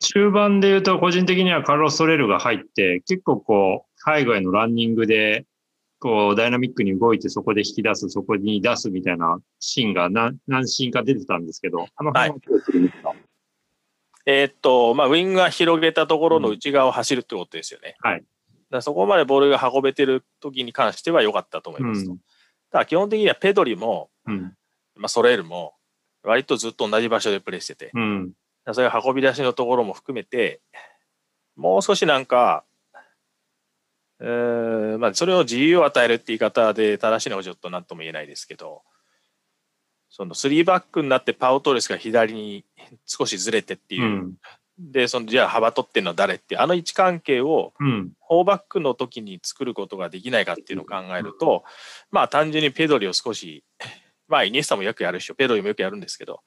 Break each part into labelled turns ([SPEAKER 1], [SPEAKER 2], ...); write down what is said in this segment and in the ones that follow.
[SPEAKER 1] 中盤で言うと、個人的にはカルロス・ソレルが入って、結構こう、海外のランニングで、こう、ダイナミックに動いて、そこで引き出す、そこに出すみたいなシーンが何、何シーンか出てたんですけど、あの辺はどうするんですか、はい、
[SPEAKER 2] えー、っと、まあ、ウィングが広げたところの内側を走るってことですよね。
[SPEAKER 1] うん、はい。
[SPEAKER 2] だそこまでボールが運べてる時に関しては良かったと思います、うん、ただ基本的にはペドリも、うん、まあ、ソレールも、割とずっと同じ場所でプレーしてて、うん、それ運び出しのところも含めて、もう少しなんか、う、えーんまあ、それを自由を与えるって言い方で正しいのはちょっと何とも言えないですけど、その3バックになってパオトレスが左に少しずれてっていう、うん、で、そのじゃあ幅取ってんのは誰って、あの位置関係を、4バックの時に作ることができないかっていうのを考えると、まあ単純にペドリを少し、 まあイニエスタもよくやるし、ペドリもよくやるんですけど、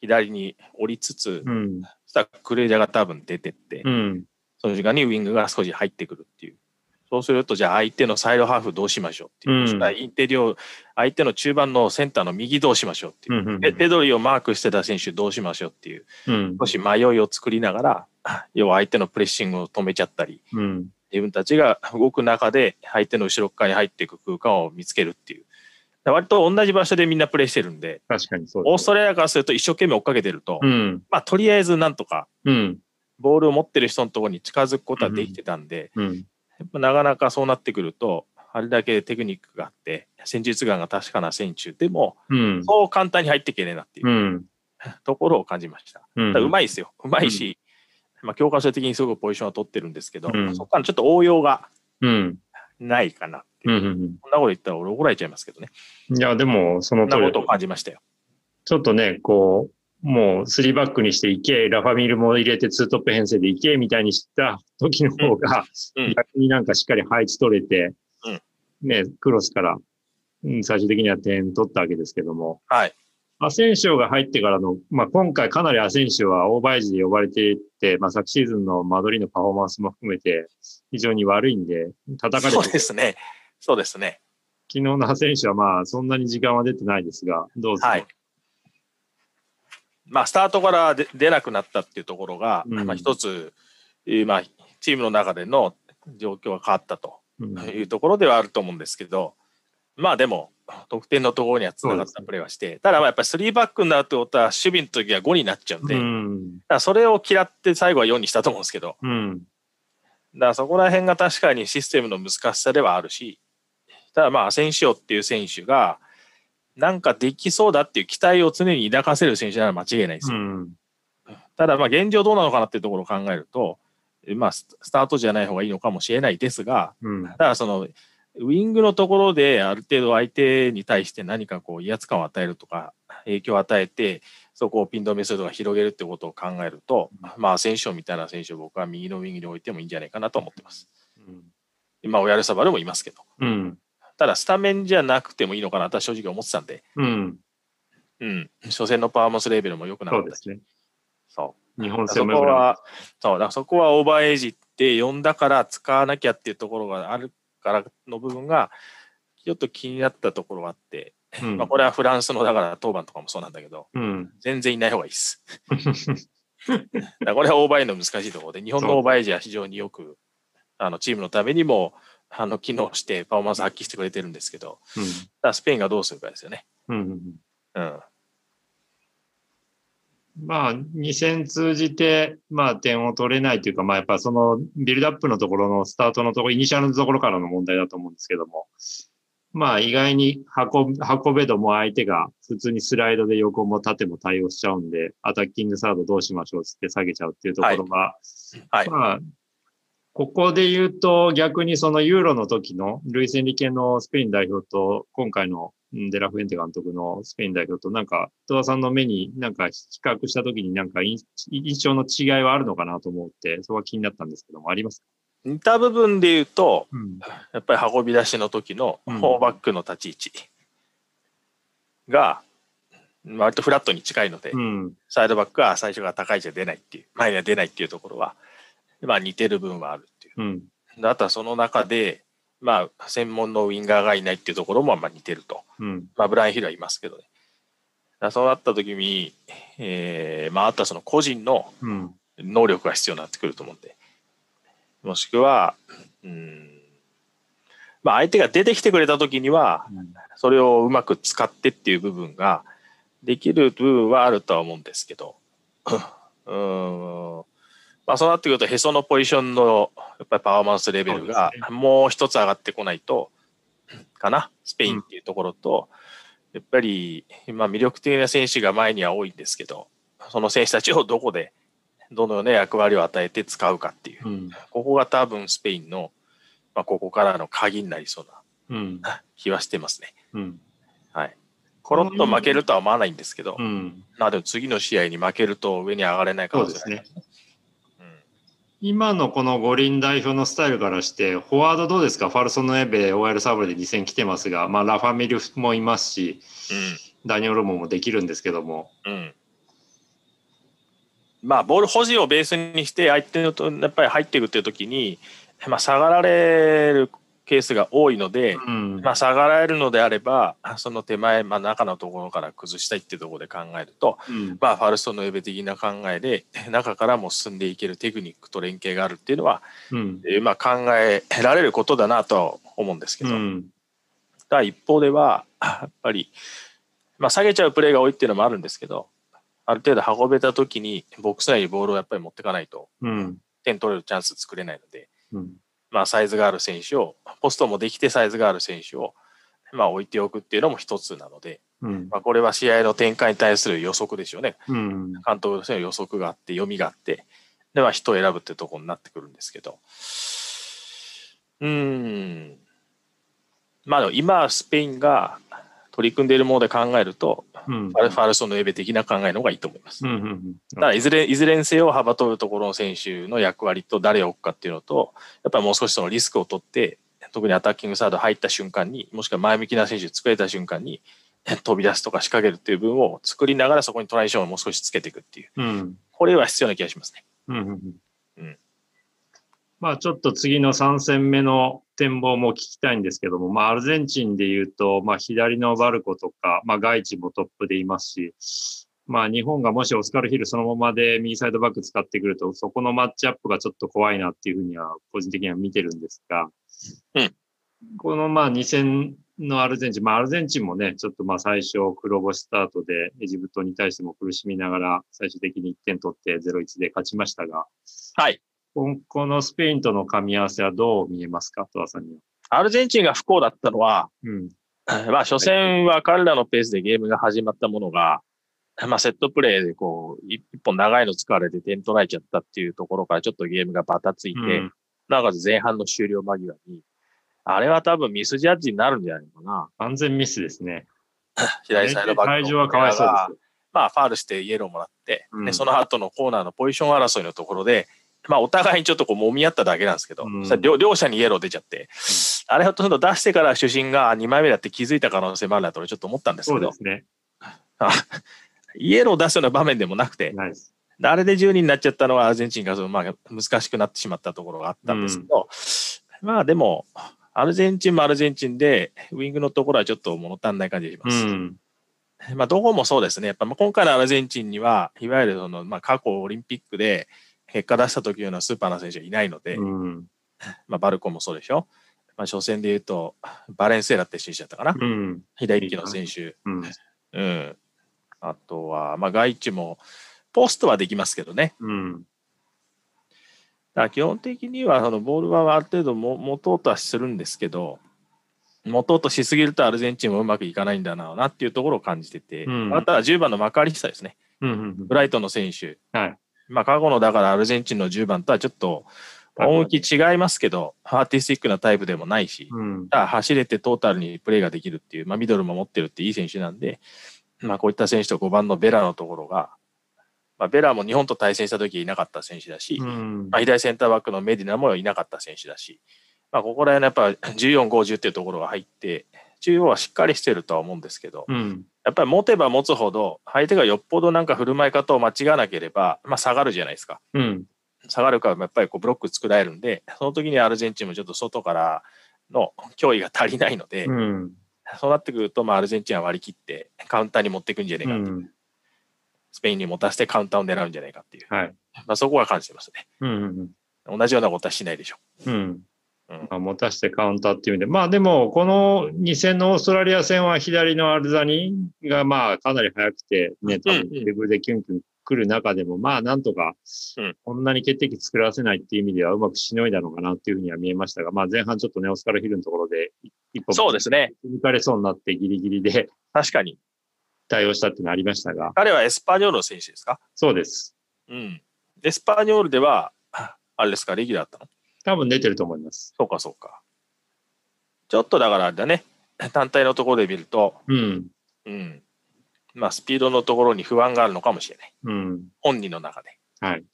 [SPEAKER 2] 左に降りつつ、うん、そしたらクレージャーが多分出てって、うん、その時間にウィングが少し入ってくるっていう。そうすると、じゃあ相手のサイドハーフどうしましょうっていう。うん、インテリオ、相手の中盤のセンターの右どうしましょうっていう。うん、ペドリをマークしてた選手どうしましょうっていう。少し迷いを作りながら、 要は相手のプレッシングを止めちゃったり、自分たちが動く中で相手の後ろ側に入っていく空間を見つけるっていう。割と同じ場所でみんなプレイしてるんで、
[SPEAKER 1] 確かにそう
[SPEAKER 2] です、ね、オーストラリアからすると一生懸命追っかけてると、うん、まあとりあえずなんとか、ボールを持ってる人のところに近づくことはできてたんで、うんうん、やっぱなかなかそうなってくると、あれだけテクニックがあって、戦術眼が確かな選手でも、そう簡単に入っていけねえなっていうところを感じました。うん、うまいですよ。うまいし、まあ教科書的にすごくポジションは取ってるんですけど、そこからちょっと応用がないかなうんうんうん、そんなこと言ったら俺怒られちゃいますけどね。
[SPEAKER 1] いや、でも、その
[SPEAKER 2] 通り。なことを感じましたよ。
[SPEAKER 1] ちょっとね、こう、もう3バックにしていけ、ラファミルも入れて2トップ編成でいけ、みたいにした時の方が、うん、逆になんかしっかり配置取れて、うん、ね、クロスから、うん、最終的には点取ったわけですけども。
[SPEAKER 2] はい。
[SPEAKER 1] アセンシオが入ってからの、まあ、今回かなりアセンシオはオーバーエイジで呼ばれていて、まあ、昨シーズンのマドリーのパフォーマンスも含めて非常に悪いんで、叩かれて。
[SPEAKER 2] そうですね。そうですね。
[SPEAKER 1] 昨日のアセンシはまあそんなに時間は出てないですが、どうですか、はい、
[SPEAKER 2] まあ、スタートから出なくなったっていうところが、うん、まあ、一つ、まあ、チームの中での状況が変わったというところではあると思うんですけど、うん、まあでも、得点のところにはつながったプレーはして、ね、ただまあやっぱり3バックになるってことは、守備の時は5になっちゃうんで、うん、それを嫌って最後は4にしたと思うんですけど、うん、だからそこら辺が確かにシステムの難しさではあるし、ただまあ、アセンシオっていう選手が、なんかできそうだっていう期待を常に抱かせる選手なら間違いないですよ。うん、ただまあ、現状どうなのかなっていうところを考えると、まあ、スタートじゃない方がいいのかもしれないですが、うん、ただその、ウィングのところである程度相手に対して何かこう威圧感を与えるとか、影響を与えて、そこをピン止めするとか広げるってことを考えると、うん、まあ、アセンシオみたいな選手を僕は右のウィングに置いてもいいんじゃないかなと思ってます。うん、まあ、オヤルサバルもいますけど。うんただスタメンじゃなくてもいいのかなと正直思ってたんで、うん、うん、初戦のパーモスレベルも良くなかったし、そう,、ね、そう
[SPEAKER 1] 日本
[SPEAKER 2] 戦もそこはそうだそこはオーバーエイジって呼んだから使わなきゃっていうところがあるからの部分が、ちょっと気になったところがあって、うん、まあこれはフランスのだから当番とかもそうなんだけど、うん、全然いない方がいいです。 だこれはオーバーエイジの難しいところで、日本のオーバーエイジは非常によく、あのチームのためにも、あの機能してパフォーマンス発揮してくれてるんですけど、うん、だスペインがどうするかですよね。うんうんうん、うん、
[SPEAKER 1] まあ、2戦通じて、まあ、点を取れないというか、まあ、やっぱそのビルドアップのところのスタートのところ、イニシャルのところからの問題だと思うんですけども、まあ、意外に運運べども相手が普通にスライドで横も縦も対応しちゃうんで、アタッキングサードどうしましょうって下げちゃうっていうところが、はい、はい、まあ、ここで言うと、逆にそのユーロの時の、ルイス・エンリケのスペイン代表と、今回のデラフエンテ監督のスペイン代表と、なんか、戸田さんの目になんか比較した時になんか印象の違いはあるのかなと思って、そこは気になったんですけども、ありますか
[SPEAKER 2] 似た部分で言うと、うん、やっぱり運び出しの時の4バックの立ち位置が、割とフラットに近いので、うん、サイドバックは最初が高いじゃ出ないっていう、前には出ないっていうところは、まあ、似てる分はあるっていう。うん、あとはその中で、まあ、専門のウィンガーがいないっていうところもまあ似てると。
[SPEAKER 1] うん。
[SPEAKER 2] まあ、ブライン・ヒルはいますけどね。だからそうなった時に、えーまあ、あとはその個人の
[SPEAKER 1] うん。
[SPEAKER 2] 能力が必要になってくると思うんで。もしくは、うん、まあ、相手が出てきてくれた時には、それをうまく使ってっていう部分ができる部分はあるとは思うんですけど、うーん、まあそうなってくるとへそのポジションのやっぱりパフォーマンスレベルが
[SPEAKER 1] そうで
[SPEAKER 2] もう一つ上がってこないと、かな、スペインっていうところと、やっぱり今魅力的な選手が前には多いんですけど、その選手たちをどこでどのような役割を与えて使うかっていう、
[SPEAKER 1] うん。
[SPEAKER 2] ここが多分スペインの、まあ、ここからの鍵になりそう
[SPEAKER 1] うん。
[SPEAKER 2] な気はしてますね。
[SPEAKER 1] うん。
[SPEAKER 2] はい。コロッと負けるとは思わないんですけど、
[SPEAKER 1] うん。
[SPEAKER 2] まあでも次の試合に負けると上に上がれない可
[SPEAKER 1] そう
[SPEAKER 2] 能
[SPEAKER 1] で
[SPEAKER 2] 性
[SPEAKER 1] す
[SPEAKER 2] あり
[SPEAKER 1] ね
[SPEAKER 2] ま。すね。
[SPEAKER 1] 今のこの五輪代表のスタイルからして、フォワードどうですかファルソンのエベ、オエルサブレで2戦来てますが、まあ、ラファミルもいますし、ダニオロモもできるんですけども。
[SPEAKER 2] うん。うん。うん。まあ、ボール保持をベースにして、相手のとやっぱり入っていくっていう時に、まあ、下がられるケースが多いので、
[SPEAKER 1] うん。
[SPEAKER 2] まあ、下がられるのであれば、その手前、まあ、中のところから崩したいっていうところで考えると、
[SPEAKER 1] うん。
[SPEAKER 2] まあ、ファルストのエベ的な考えで、中からも進んでいけるテクニックと連携があるっていうのは、
[SPEAKER 1] うん。
[SPEAKER 2] えーまあ、考えられることだなとは思うんですけ
[SPEAKER 1] う
[SPEAKER 2] ど、
[SPEAKER 1] ん。
[SPEAKER 2] ただ一方ではやっぱり、まあ、下げちゃうプレーが多いっていうのもあるんですけどある程度運べた時にボックス内にボールをやっぱり持っていかないと
[SPEAKER 1] うん。
[SPEAKER 2] 点取れるチャンス作れないので、
[SPEAKER 1] うん。
[SPEAKER 2] まあ、サイズがある選手をポストもできてサイズがある選手を、まあ、置いておくっていうのも一つなので、
[SPEAKER 1] うん。
[SPEAKER 2] まあ、これは試合の展開に対する予測ですよね
[SPEAKER 1] うん。
[SPEAKER 2] 監督としての予測があって読みがあってでは人を選ぶってとこになってくるんですけどうーんまあでも今スペインが取り組んでいるもので考えると
[SPEAKER 1] うん
[SPEAKER 2] ファルファルソンのエベ的な考えの方がいいと思います。
[SPEAKER 1] う
[SPEAKER 2] た
[SPEAKER 1] んうん
[SPEAKER 2] だいずれいずれにせよ幅取るところの選手の役割と誰を置くかっていうのとやっぱりもう少しそのリスクを取って特にアタッキングサード入った瞬間にもしくは前向きな選手作れた瞬間に飛び出すとか仕掛けるっていう分を作りながらそこにトライションをもう少しつけていくっていう
[SPEAKER 1] うん
[SPEAKER 2] これは必要な気がしますね。
[SPEAKER 1] うんうん
[SPEAKER 2] うん
[SPEAKER 1] まあちょっと次の3戦目の展望も聞きたいんですけども、まあアルゼンチンで言うと、まあ左のバルコとか、まあ外地もトップでいますし、まあ日本がもしオスカルヒルそのままで右サイドバック使ってくると、そこのマッチアップがちょっと怖いなっていうふうには個人的には見てるんですが、
[SPEAKER 2] うん
[SPEAKER 1] このまあ2戦のアルゼンチン、まあアルゼンチンもね、ちょっとまあ最初黒星スタートでエジプトに対しても苦しみながら最終的に1点取って0-1で勝ちましたが、
[SPEAKER 2] はい。
[SPEAKER 1] 今後のスペインとの噛み合わせはどう見えますか、戸田さんには。
[SPEAKER 2] アルゼンチンが不幸だったのは、
[SPEAKER 1] うん。
[SPEAKER 2] まあ、初戦は彼らのペースでゲームが始まったものが、まあ、セットプレーでこう、一一本長いの使われて点取られちゃったっていうところからちょっとゲームがバタついて、
[SPEAKER 1] うん
[SPEAKER 2] なおかつ前半の終了間際に、あれは多分ミスジャッジになるんじゃないのかな。
[SPEAKER 1] 完全ミスですね。
[SPEAKER 2] 左サイドバックの
[SPEAKER 1] 会場はかわいそうですよ。
[SPEAKER 2] まあ、ファールしてイエローもらって、
[SPEAKER 1] うん
[SPEAKER 2] でその後のコーナーのポジション争いのところで、まあ、お互いにちょっとこう揉み合っただけなんですけど、
[SPEAKER 1] うん
[SPEAKER 2] そしたら両両者にイエロー出ちゃって、あれひょっとすると出してから主審が2枚目だって気づいた可能性もあるなと俺ちょっと思ったんです
[SPEAKER 1] そ
[SPEAKER 2] け
[SPEAKER 1] うで
[SPEAKER 2] ど、
[SPEAKER 1] すね。
[SPEAKER 2] イエローを出すような場面でもなくて、
[SPEAKER 1] ナイス。
[SPEAKER 2] であれで10人になっちゃったのはアルゼンチンがその、まあ、難しくなってしまったところがあったんですけど、まあでも、アルゼンチンもアルゼンチンで、ウィングのところはちょっと物足んない感じがしま
[SPEAKER 1] う
[SPEAKER 2] す。
[SPEAKER 1] ん。
[SPEAKER 2] まあ、どこもそうですね。やっぱまあ今回のアルゼンチンには、いわゆるその、まあ、過去オリンピックで結果出した時のようなスーパーな選手はいないので、
[SPEAKER 1] うん。
[SPEAKER 2] まあ、バルコもそうでしょ。まあ、初戦で言うと、バレンセーラって選手だったかな。
[SPEAKER 1] うん。
[SPEAKER 2] 左利きの選手。
[SPEAKER 1] うん。
[SPEAKER 2] うん。あとは、まあ、外地も、ポストはできますけどね。
[SPEAKER 1] うん。
[SPEAKER 2] だから基本的には、そのボールはある程度も持とうとはするんですけど、持とうとしすぎるとアルゼンチンもうまくいかないんだな、なっていうところを感じてて、
[SPEAKER 1] うん
[SPEAKER 2] あとは10番のマカリスタですね。
[SPEAKER 1] うん
[SPEAKER 2] ブ。ライトンの選手、
[SPEAKER 1] はい
[SPEAKER 2] まあ、過去のだからアルゼンチンの10番とはちょっと趣違いますけど、アーティスティックなタイプでもないし、
[SPEAKER 1] うん。
[SPEAKER 2] ただ走れてトータルにプレーができるっていう、まあ、ミドルも持ってるっていい選手なんで、まあ、こういった選手と5番のベラのところが、まあ、ベラも日本と対戦した時いなかった選手だし、
[SPEAKER 1] うん
[SPEAKER 2] まあ、左センターバックのメディナもいなかった選手だし、まあ、ここら辺のやっぱ14、50っていうところが入って、中央はしっかりしてるとは思うんですけど、
[SPEAKER 1] うん。
[SPEAKER 2] やっぱり持てば持つほど、相手がよっぽどなんか振る舞い方を間違わなければ、まあ下がるじゃないですか。
[SPEAKER 1] うん。
[SPEAKER 2] 下がるからやっぱりこうブロック作られるんで、その時にアルゼンチンもちょっと外からの脅威が足りないので、
[SPEAKER 1] うん。
[SPEAKER 2] そうなってくると、まあ、アルゼンチンは割り切ってカウンターに持っていくんじゃないうか、
[SPEAKER 1] ん。
[SPEAKER 2] スペインに持たせてカウンターを狙うんじゃないかっていう、
[SPEAKER 1] はい。
[SPEAKER 2] まあ、そこは感じてますね。
[SPEAKER 1] うん。
[SPEAKER 2] 同じようなことはしないでしょ
[SPEAKER 1] うん。
[SPEAKER 2] う。うん
[SPEAKER 1] まあ、持たしてカウンターっていう意味で。まあでも、この2戦のオーストラリア戦は左のアルザニがまあかなり速くて、ね、多分レブルでキュンキュン来る中でも、まあなんとか
[SPEAKER 2] うん、
[SPEAKER 1] こんなに決定機作らせないっていう意味ではうまくしのいだのかなっていうふうには見えましたが、まあ前半ちょっとね、オスカルヒルのところで一一歩
[SPEAKER 2] そうですね。
[SPEAKER 1] 抜かれそうになってギリギリで
[SPEAKER 2] 確かに。
[SPEAKER 1] 対応したっていうのありましたが、
[SPEAKER 2] 彼はエスパニョールの選手ですか
[SPEAKER 1] そうです。
[SPEAKER 2] うん。エスパニョールでは、ああれですか、レギュラーだったの
[SPEAKER 1] 多分出てると思います。
[SPEAKER 2] そうか、そうか。ちょっとだからあれだね、単体のところで見ると、
[SPEAKER 1] うん。
[SPEAKER 2] うん。まあ、スピードのところに不安があるのかもしれない。
[SPEAKER 1] うん。
[SPEAKER 2] 本人の中で。
[SPEAKER 1] はい。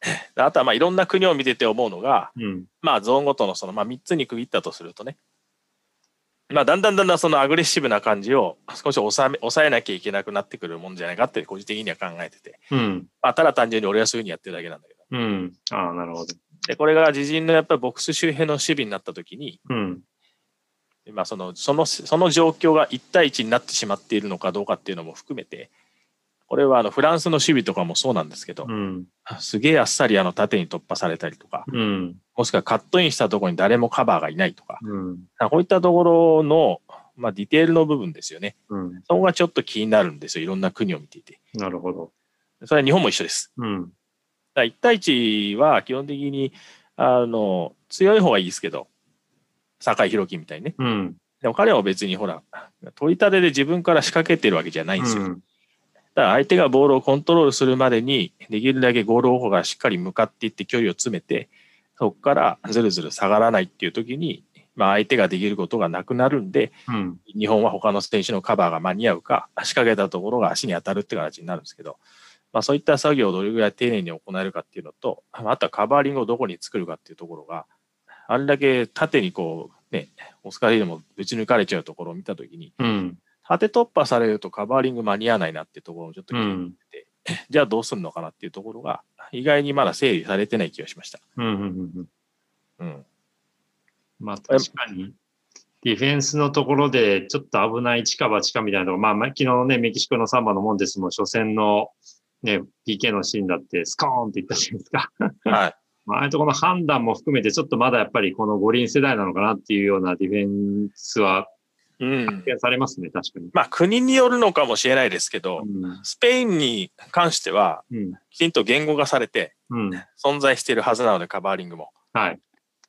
[SPEAKER 2] あとは、まあ、いろんな国を見てて思うのが、
[SPEAKER 1] うん。
[SPEAKER 2] まあ、ゾーンごとのその、まあ、3つに区切ったとするとね、まあ、だんだんだんだんそのアグレッシブな感じを少し抑え抑えなきゃいけなくなってくるもんじゃないかって、個人的には考えてて、
[SPEAKER 1] うん。
[SPEAKER 2] まあ、ただ単純に俺はそういうふうにやってるだけなんだけど。
[SPEAKER 1] うん。ああ、なるほど。
[SPEAKER 2] で、これが自陣のやっぱりボックス周辺の守備になったときに、
[SPEAKER 1] うん。
[SPEAKER 2] まあ、そのそのその状況が1対1になってしまっているのかどうかっていうのも含めて、これはあのフランスの守備とかもそうなんですけど
[SPEAKER 1] う、ん。
[SPEAKER 2] すげえあっさりあの縦に突破されたりとか、
[SPEAKER 1] うん。
[SPEAKER 2] もしくはカットインしたところに誰もカバーがいないとか、
[SPEAKER 1] うん。
[SPEAKER 2] こういったところの、まあ、ディテールの部分ですよね。
[SPEAKER 1] うん。
[SPEAKER 2] そこがちょっと気になるんですよ、いろんな国を見ていて。
[SPEAKER 1] なるほど。
[SPEAKER 2] それは日本も一緒です。
[SPEAKER 1] うん。
[SPEAKER 2] だから1対1は基本的にあの強い方がいいですけど、酒井宏樹みたいにね。
[SPEAKER 1] うん。
[SPEAKER 2] でも彼は別にほら、取り立てで自分から仕掛けてるわけじゃないんですよ。
[SPEAKER 1] う
[SPEAKER 2] だ
[SPEAKER 1] ん
[SPEAKER 2] から相手がボールをコントロールするまでに、できるだけゴール方向がしっかり向かっていって距離を詰めて、そこからずるずる下がらないっていう時に、まあ相手ができることがなくなるんで、
[SPEAKER 1] うん。
[SPEAKER 2] 日本は他の選手のカバーが間に合うか、仕掛けたところが足に当たるって形になるんですけど、まあそういった作業をどれぐらい丁寧に行えるかっていうのと、あとはカバーリングをどこに作るかっていうところが、あれだけ縦にこう、ね、オスカリーでも打ち抜かれちゃうところを見たときに、
[SPEAKER 1] うん。
[SPEAKER 2] 縦突破されるとカバーリング間に合わないなっていうところをちょっと気になって、じゃあどうするのかなっていうところが、意外にまだ整理されてない気がしました。
[SPEAKER 1] うんうん。
[SPEAKER 2] うん。
[SPEAKER 1] まあ確かに、ディフェンスのところでちょっと危ない近場近みたいなところ、まあまあ昨日のね、メキシコのサンバのモンデスも初戦のね、PK のシーンだってスコーンって言ったじゃないですか。
[SPEAKER 2] はい。
[SPEAKER 1] まあ、ああいうところの判断も含めて、ちょっとまだやっぱりこの五輪世代なのかなっていうようなディフェンスは、
[SPEAKER 2] うん。
[SPEAKER 1] されますね、確かに。
[SPEAKER 2] まあ国によるのかもしれないですけど、
[SPEAKER 1] うん。
[SPEAKER 2] スペインに関しては、
[SPEAKER 1] うん。
[SPEAKER 2] きちんと言語化されて
[SPEAKER 1] うん。
[SPEAKER 2] 存在しているはずなのでカバーリングも。
[SPEAKER 1] はい。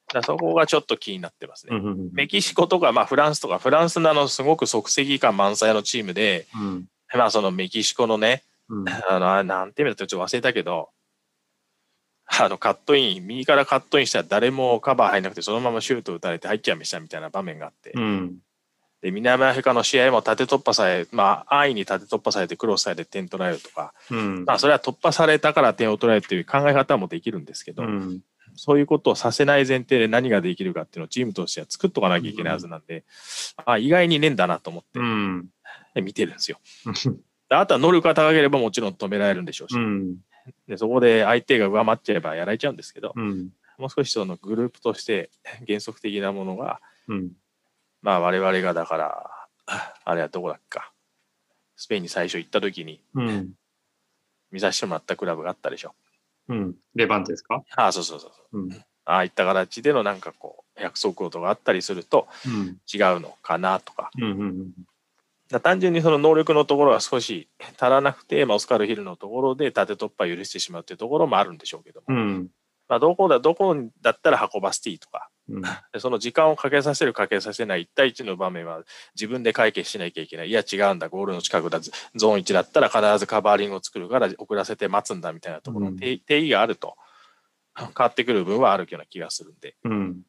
[SPEAKER 2] だからそこがちょっと気になってます
[SPEAKER 1] う
[SPEAKER 2] ね。
[SPEAKER 1] ん。うん
[SPEAKER 2] メキシコとか、まあ、フランスとか、フランスなのすごく即席感満載のチームで、
[SPEAKER 1] うん。
[SPEAKER 2] まあそのメキシコのね、
[SPEAKER 1] うん。
[SPEAKER 2] あの、あなんていうのちょっと忘れたけど、あのカットイン、右からカットインしたら誰もカバー入んなくて、そのままシュート打たれて入っちゃいましたみたいな場面があって、
[SPEAKER 1] うん。
[SPEAKER 2] で南アフリカの試合も縦突破され、まあ安易に縦突破されてクロスされて点取られるとか、
[SPEAKER 1] うん。
[SPEAKER 2] まあ、それは突破されたから点を取られるという考え方もできるんですけど、
[SPEAKER 1] うん。
[SPEAKER 2] そういうことをさせない前提で何ができるかっていうのをチームとしては作っとかなきゃいけないはずなんで、あ意外にねえんだなと思って
[SPEAKER 1] うん。
[SPEAKER 2] で見てるんですよ。であとは能力が高ければもちろん止められるんでしょうし、
[SPEAKER 1] うん。
[SPEAKER 2] でそこで相手が上回っちゃえばやられちゃうんですけど、
[SPEAKER 1] うん。
[SPEAKER 2] もう少しそのグループとして原則的なものが、
[SPEAKER 1] うん。
[SPEAKER 2] まあ、我々がだから、あれはどこだっけか、スペインに最初行った時に
[SPEAKER 1] うん。
[SPEAKER 2] 見させてもらったクラブがあったでしょ。
[SPEAKER 1] うん。レバンテですか
[SPEAKER 2] ああ、そうそうそう。
[SPEAKER 1] うん。
[SPEAKER 2] ああいった形でのなんかこう約束事があったりすると
[SPEAKER 1] うん。
[SPEAKER 2] 違うのかなとか
[SPEAKER 1] うん。うん。
[SPEAKER 2] だ単純にその能力のところが少し足らなくて、まあ、オスカル・ヒルのところで縦突破を許してしまうというところもあるんでしょうけども、
[SPEAKER 1] うん。
[SPEAKER 2] まあ、どこだどこだったら運ばせていいとか
[SPEAKER 1] うん。
[SPEAKER 2] でその時間をかけさせるかけさせない1対1の場面は自分で解決しなきゃいけないいや違うんだゴールの近くだゾゾーン1だったら必ずカバーリングを作るから遅らせて待つんだみたいなところの定定義があると変わってくる部分はあるような気がするんで。
[SPEAKER 1] うん。
[SPEAKER 2] だか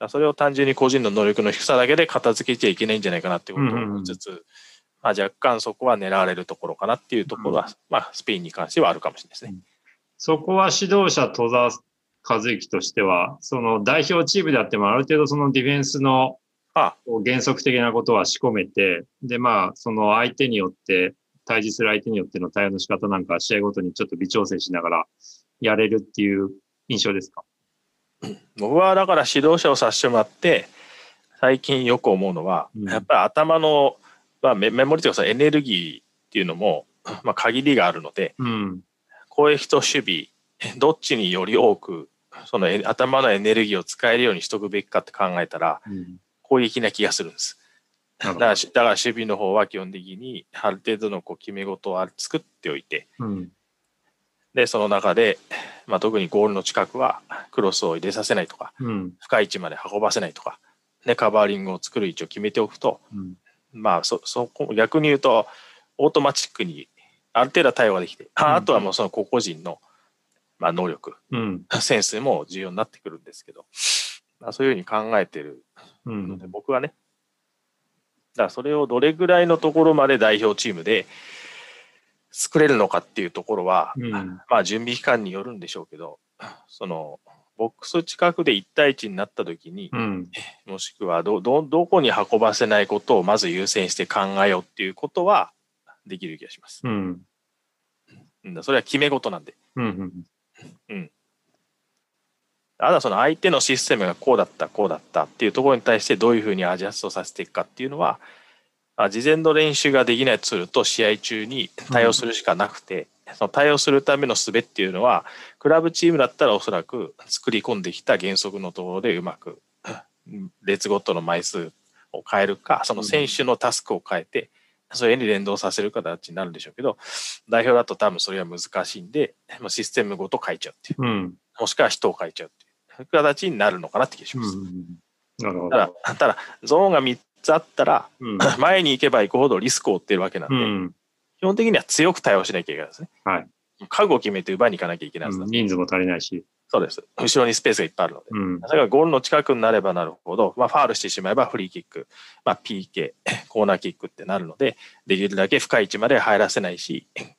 [SPEAKER 2] らそれを単純に個人の能力の低さだけで片付けちゃいけないんじゃないかなってことを思いつつ、まあ、若干そこは狙われるところかなっていうところは、まあ、スペインに関してはあるかもしれないですね。
[SPEAKER 1] そこは指導者戸田和之としては、その代表チームであっても、ある程度そのディフェンスの
[SPEAKER 2] あ
[SPEAKER 1] こう原則的なことは仕込めて、で、まあ、その相手によって、対峙する相手によっての対応の仕方なんか、試合ごとにちょっと微調整しながらやれるっていう印象ですか
[SPEAKER 2] 僕はだから指導者をさせてもらって、最近よく思うのは、
[SPEAKER 1] うん
[SPEAKER 2] やっぱり頭の、まあ、メメモリというかそのエネルギーっていうのも、まあ、限りがあるので
[SPEAKER 1] うん。
[SPEAKER 2] 攻撃と守備どっちにより多くそのえ頭のエネルギーを使えるようにしとくべきかって考えたら
[SPEAKER 1] うん。
[SPEAKER 2] 攻撃な気がするんです。
[SPEAKER 1] な
[SPEAKER 2] だ
[SPEAKER 1] るほ
[SPEAKER 2] か
[SPEAKER 1] ど
[SPEAKER 2] らしだから守備の方は基本的にある程度のこう決め事をある作っておいて
[SPEAKER 1] うん。
[SPEAKER 2] でその中で、まあ、特にゴールの近くはクロスを入れさせないとか
[SPEAKER 1] うん。
[SPEAKER 2] 深い位置まで運ばせないとか、ね、カバーリングを作る位置を決めておくと、
[SPEAKER 1] うん。
[SPEAKER 2] まあ、そそこ逆に言うとオートマチックにある程度は対応ができて
[SPEAKER 1] うん
[SPEAKER 2] ああとはもうその個々人の、まあ、能力
[SPEAKER 1] うん。
[SPEAKER 2] センスも重要になってくるんですけど、まあ、そういうふうに考えてる
[SPEAKER 1] う
[SPEAKER 2] の
[SPEAKER 1] ん
[SPEAKER 2] で、。僕はねだからそれをどれぐらいのところまで代表チームで作れるのかっていうところは、
[SPEAKER 1] うん
[SPEAKER 2] まあ準備期間によるんでしょうけどそのボックス近くで1対1になった時に、
[SPEAKER 1] うん。
[SPEAKER 2] もしくはどどどこに運ばせないことをまず優先して考えようっていうことはできる気がします。
[SPEAKER 1] うん。
[SPEAKER 2] うん、それは決め事なんで。
[SPEAKER 1] うん。
[SPEAKER 2] あとはその相手のシステムがこうだったこうだったっていうところに対してどういうふうにアジャストさせていくかっていうのはあ事前の練習ができないツールと試合中に対応するしかなくて、その対応するための術っていうのはクラブチームだったらおそらく作り込んできた原則のところでうまくうん列ごとの枚数を変えるかその選手のタスクを変えてそれに連動させる形になるんでしょうけど代表だと多分それは難しいんでもうシステムごと変えちゃうっていう。
[SPEAKER 1] うん。
[SPEAKER 2] もしくは人を変えちゃうっていう形になるのかなって気がし
[SPEAKER 1] う
[SPEAKER 2] ます。
[SPEAKER 1] ん。なるほ
[SPEAKER 2] ただ
[SPEAKER 1] ど。、
[SPEAKER 2] ただ、ゾーンが3つあったら、
[SPEAKER 1] うん。
[SPEAKER 2] 前に行けば行くほどリスクを負ってるわけなん
[SPEAKER 1] う
[SPEAKER 2] で、
[SPEAKER 1] ん。
[SPEAKER 2] 基本的には強く対応しなきゃいけないですね。
[SPEAKER 1] はい。
[SPEAKER 2] 家具を決めて奪いに行かなきゃいけないはずだ、
[SPEAKER 1] 人数も足りないし。
[SPEAKER 2] そうです。後ろにスペースがいっぱいあるので。
[SPEAKER 1] うん。
[SPEAKER 2] それがゴールの近くになればなるほど、まあ、ファールしてしまえばフリーキック、まあ、PK、コーナー キックってなるので、できるだけ深い位置まで入らせないし、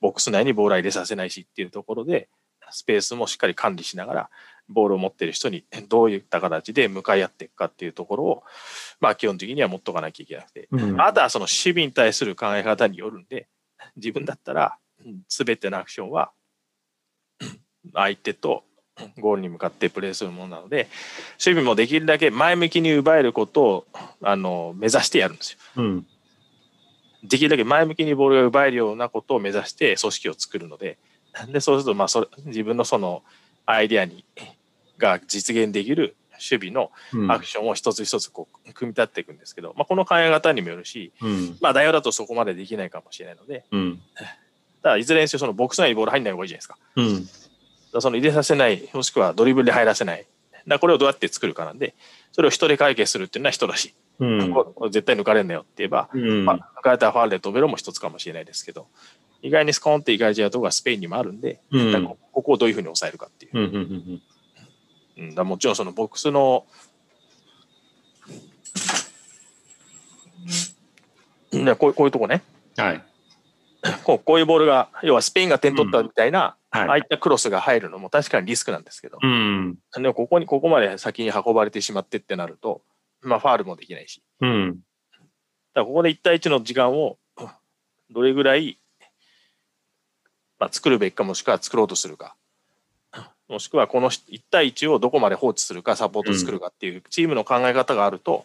[SPEAKER 2] ボックス内にボールは入れさせないしっていうところで、スペースもしっかり管理しながら、ボールを持ってる人にどういった形で向かい合っていくかっていうところを、まあ、基本的には持っとかなきゃいけなくて、
[SPEAKER 1] うん。
[SPEAKER 2] あとはその守備に対する考え方によるんで、自分だったら、すべてのアクションは、相手とゴールに向かってプレーするものなので、守備もできるだけ前向きに奪えることをあの目指してやるんですよ。
[SPEAKER 1] うん。
[SPEAKER 2] できるだけ前向きにボールが奪えるようなことを目指して組織を作るので、でそうするとまあそれ自分のそのアイデアにが実現できる守備の
[SPEAKER 1] うん
[SPEAKER 2] アクションを一つ一つこう組み立っていくんですけど、まあ、この考え方にもよるし、
[SPEAKER 1] うん。
[SPEAKER 2] まあ、代表だとそこまでできないかもしれないので、
[SPEAKER 1] うん。
[SPEAKER 2] ただいずれにせよ、そのボックス内にボール入んない方がいいじゃないですか。だか
[SPEAKER 1] うん。
[SPEAKER 2] らその入れさせない、もしくはドリブルで入らせない。だからこれをどうやって作るかなんで、それを人で解決するっていうのは人だし、
[SPEAKER 1] うん。
[SPEAKER 2] ここ絶対抜かれんなよって言えば、
[SPEAKER 1] うん
[SPEAKER 2] まあ、抜かれたらファールで飛べろも一つかもしれないですけど、意外にスコーンって意外じゃうとこがスペインにもあるんで、
[SPEAKER 1] うん
[SPEAKER 2] だからこここをどういうふうに抑えるかっていう。
[SPEAKER 1] うん。うん。
[SPEAKER 2] うん、だからもちろんそのボックスの、うんねこうこういうとこね。
[SPEAKER 1] はい。
[SPEAKER 2] こうこういうボールが、要はスペインが点取ったみたいな、
[SPEAKER 1] うんはい
[SPEAKER 2] ああいったクロスが入るのも確かにリスクなんですけど、
[SPEAKER 1] うん。
[SPEAKER 2] でもここに、ここまで先に運ばれてしまってってなると、まあ、ファールもできないし、
[SPEAKER 1] うん。
[SPEAKER 2] だからここで1対1の時間を、どれぐらい、まあ、作るべきか、もしくは作ろうとするか、もしくはこの1対1をどこまで放置するか、サポートを作るかっていうチームの考え方があると、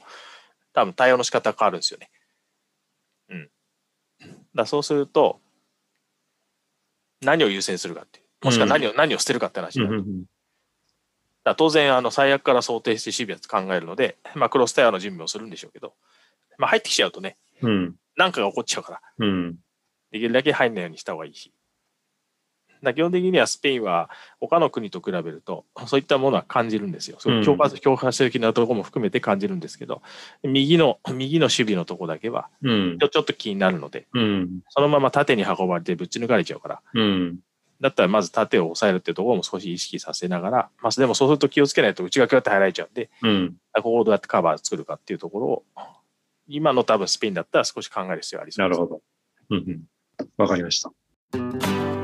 [SPEAKER 2] 多分対応の仕方が変わるんですよね。うん。だからそうすると、何を優先するかっていう、もしくは何を,、何を捨てるかって話になる。だから当然あの最悪から想定してシビアと考えるので、まあ、クロスタイヤの準備をするんでしょうけど、まあ、入ってきちゃうとね
[SPEAKER 1] うん。
[SPEAKER 2] 何かが起こっちゃうから
[SPEAKER 1] うん。
[SPEAKER 2] できるだけ入んないようにした方がいいしだから基本的にはスペインは他の国と比べるとそういったものは感じるんですよ。
[SPEAKER 1] うん
[SPEAKER 2] 強化強化的なところも含めて感じるんですけど右の右の守備のところだけは
[SPEAKER 1] うん
[SPEAKER 2] ち。ょちょっと気になるので
[SPEAKER 1] うん。
[SPEAKER 2] そのまま縦に運ばれてぶち抜かれちゃうから
[SPEAKER 1] うん。
[SPEAKER 2] だったらまず縦を抑えるってところも少し意識させながら、まあ、でもそうすると気をつけないと内側からって入られちゃうんで
[SPEAKER 1] うん。
[SPEAKER 2] ここをどうやってカバー作るかっていうところを、今の多分スペインだったら少し考える必要ありそう
[SPEAKER 1] なる
[SPEAKER 2] です。
[SPEAKER 1] ほど。うん。うんわかりました。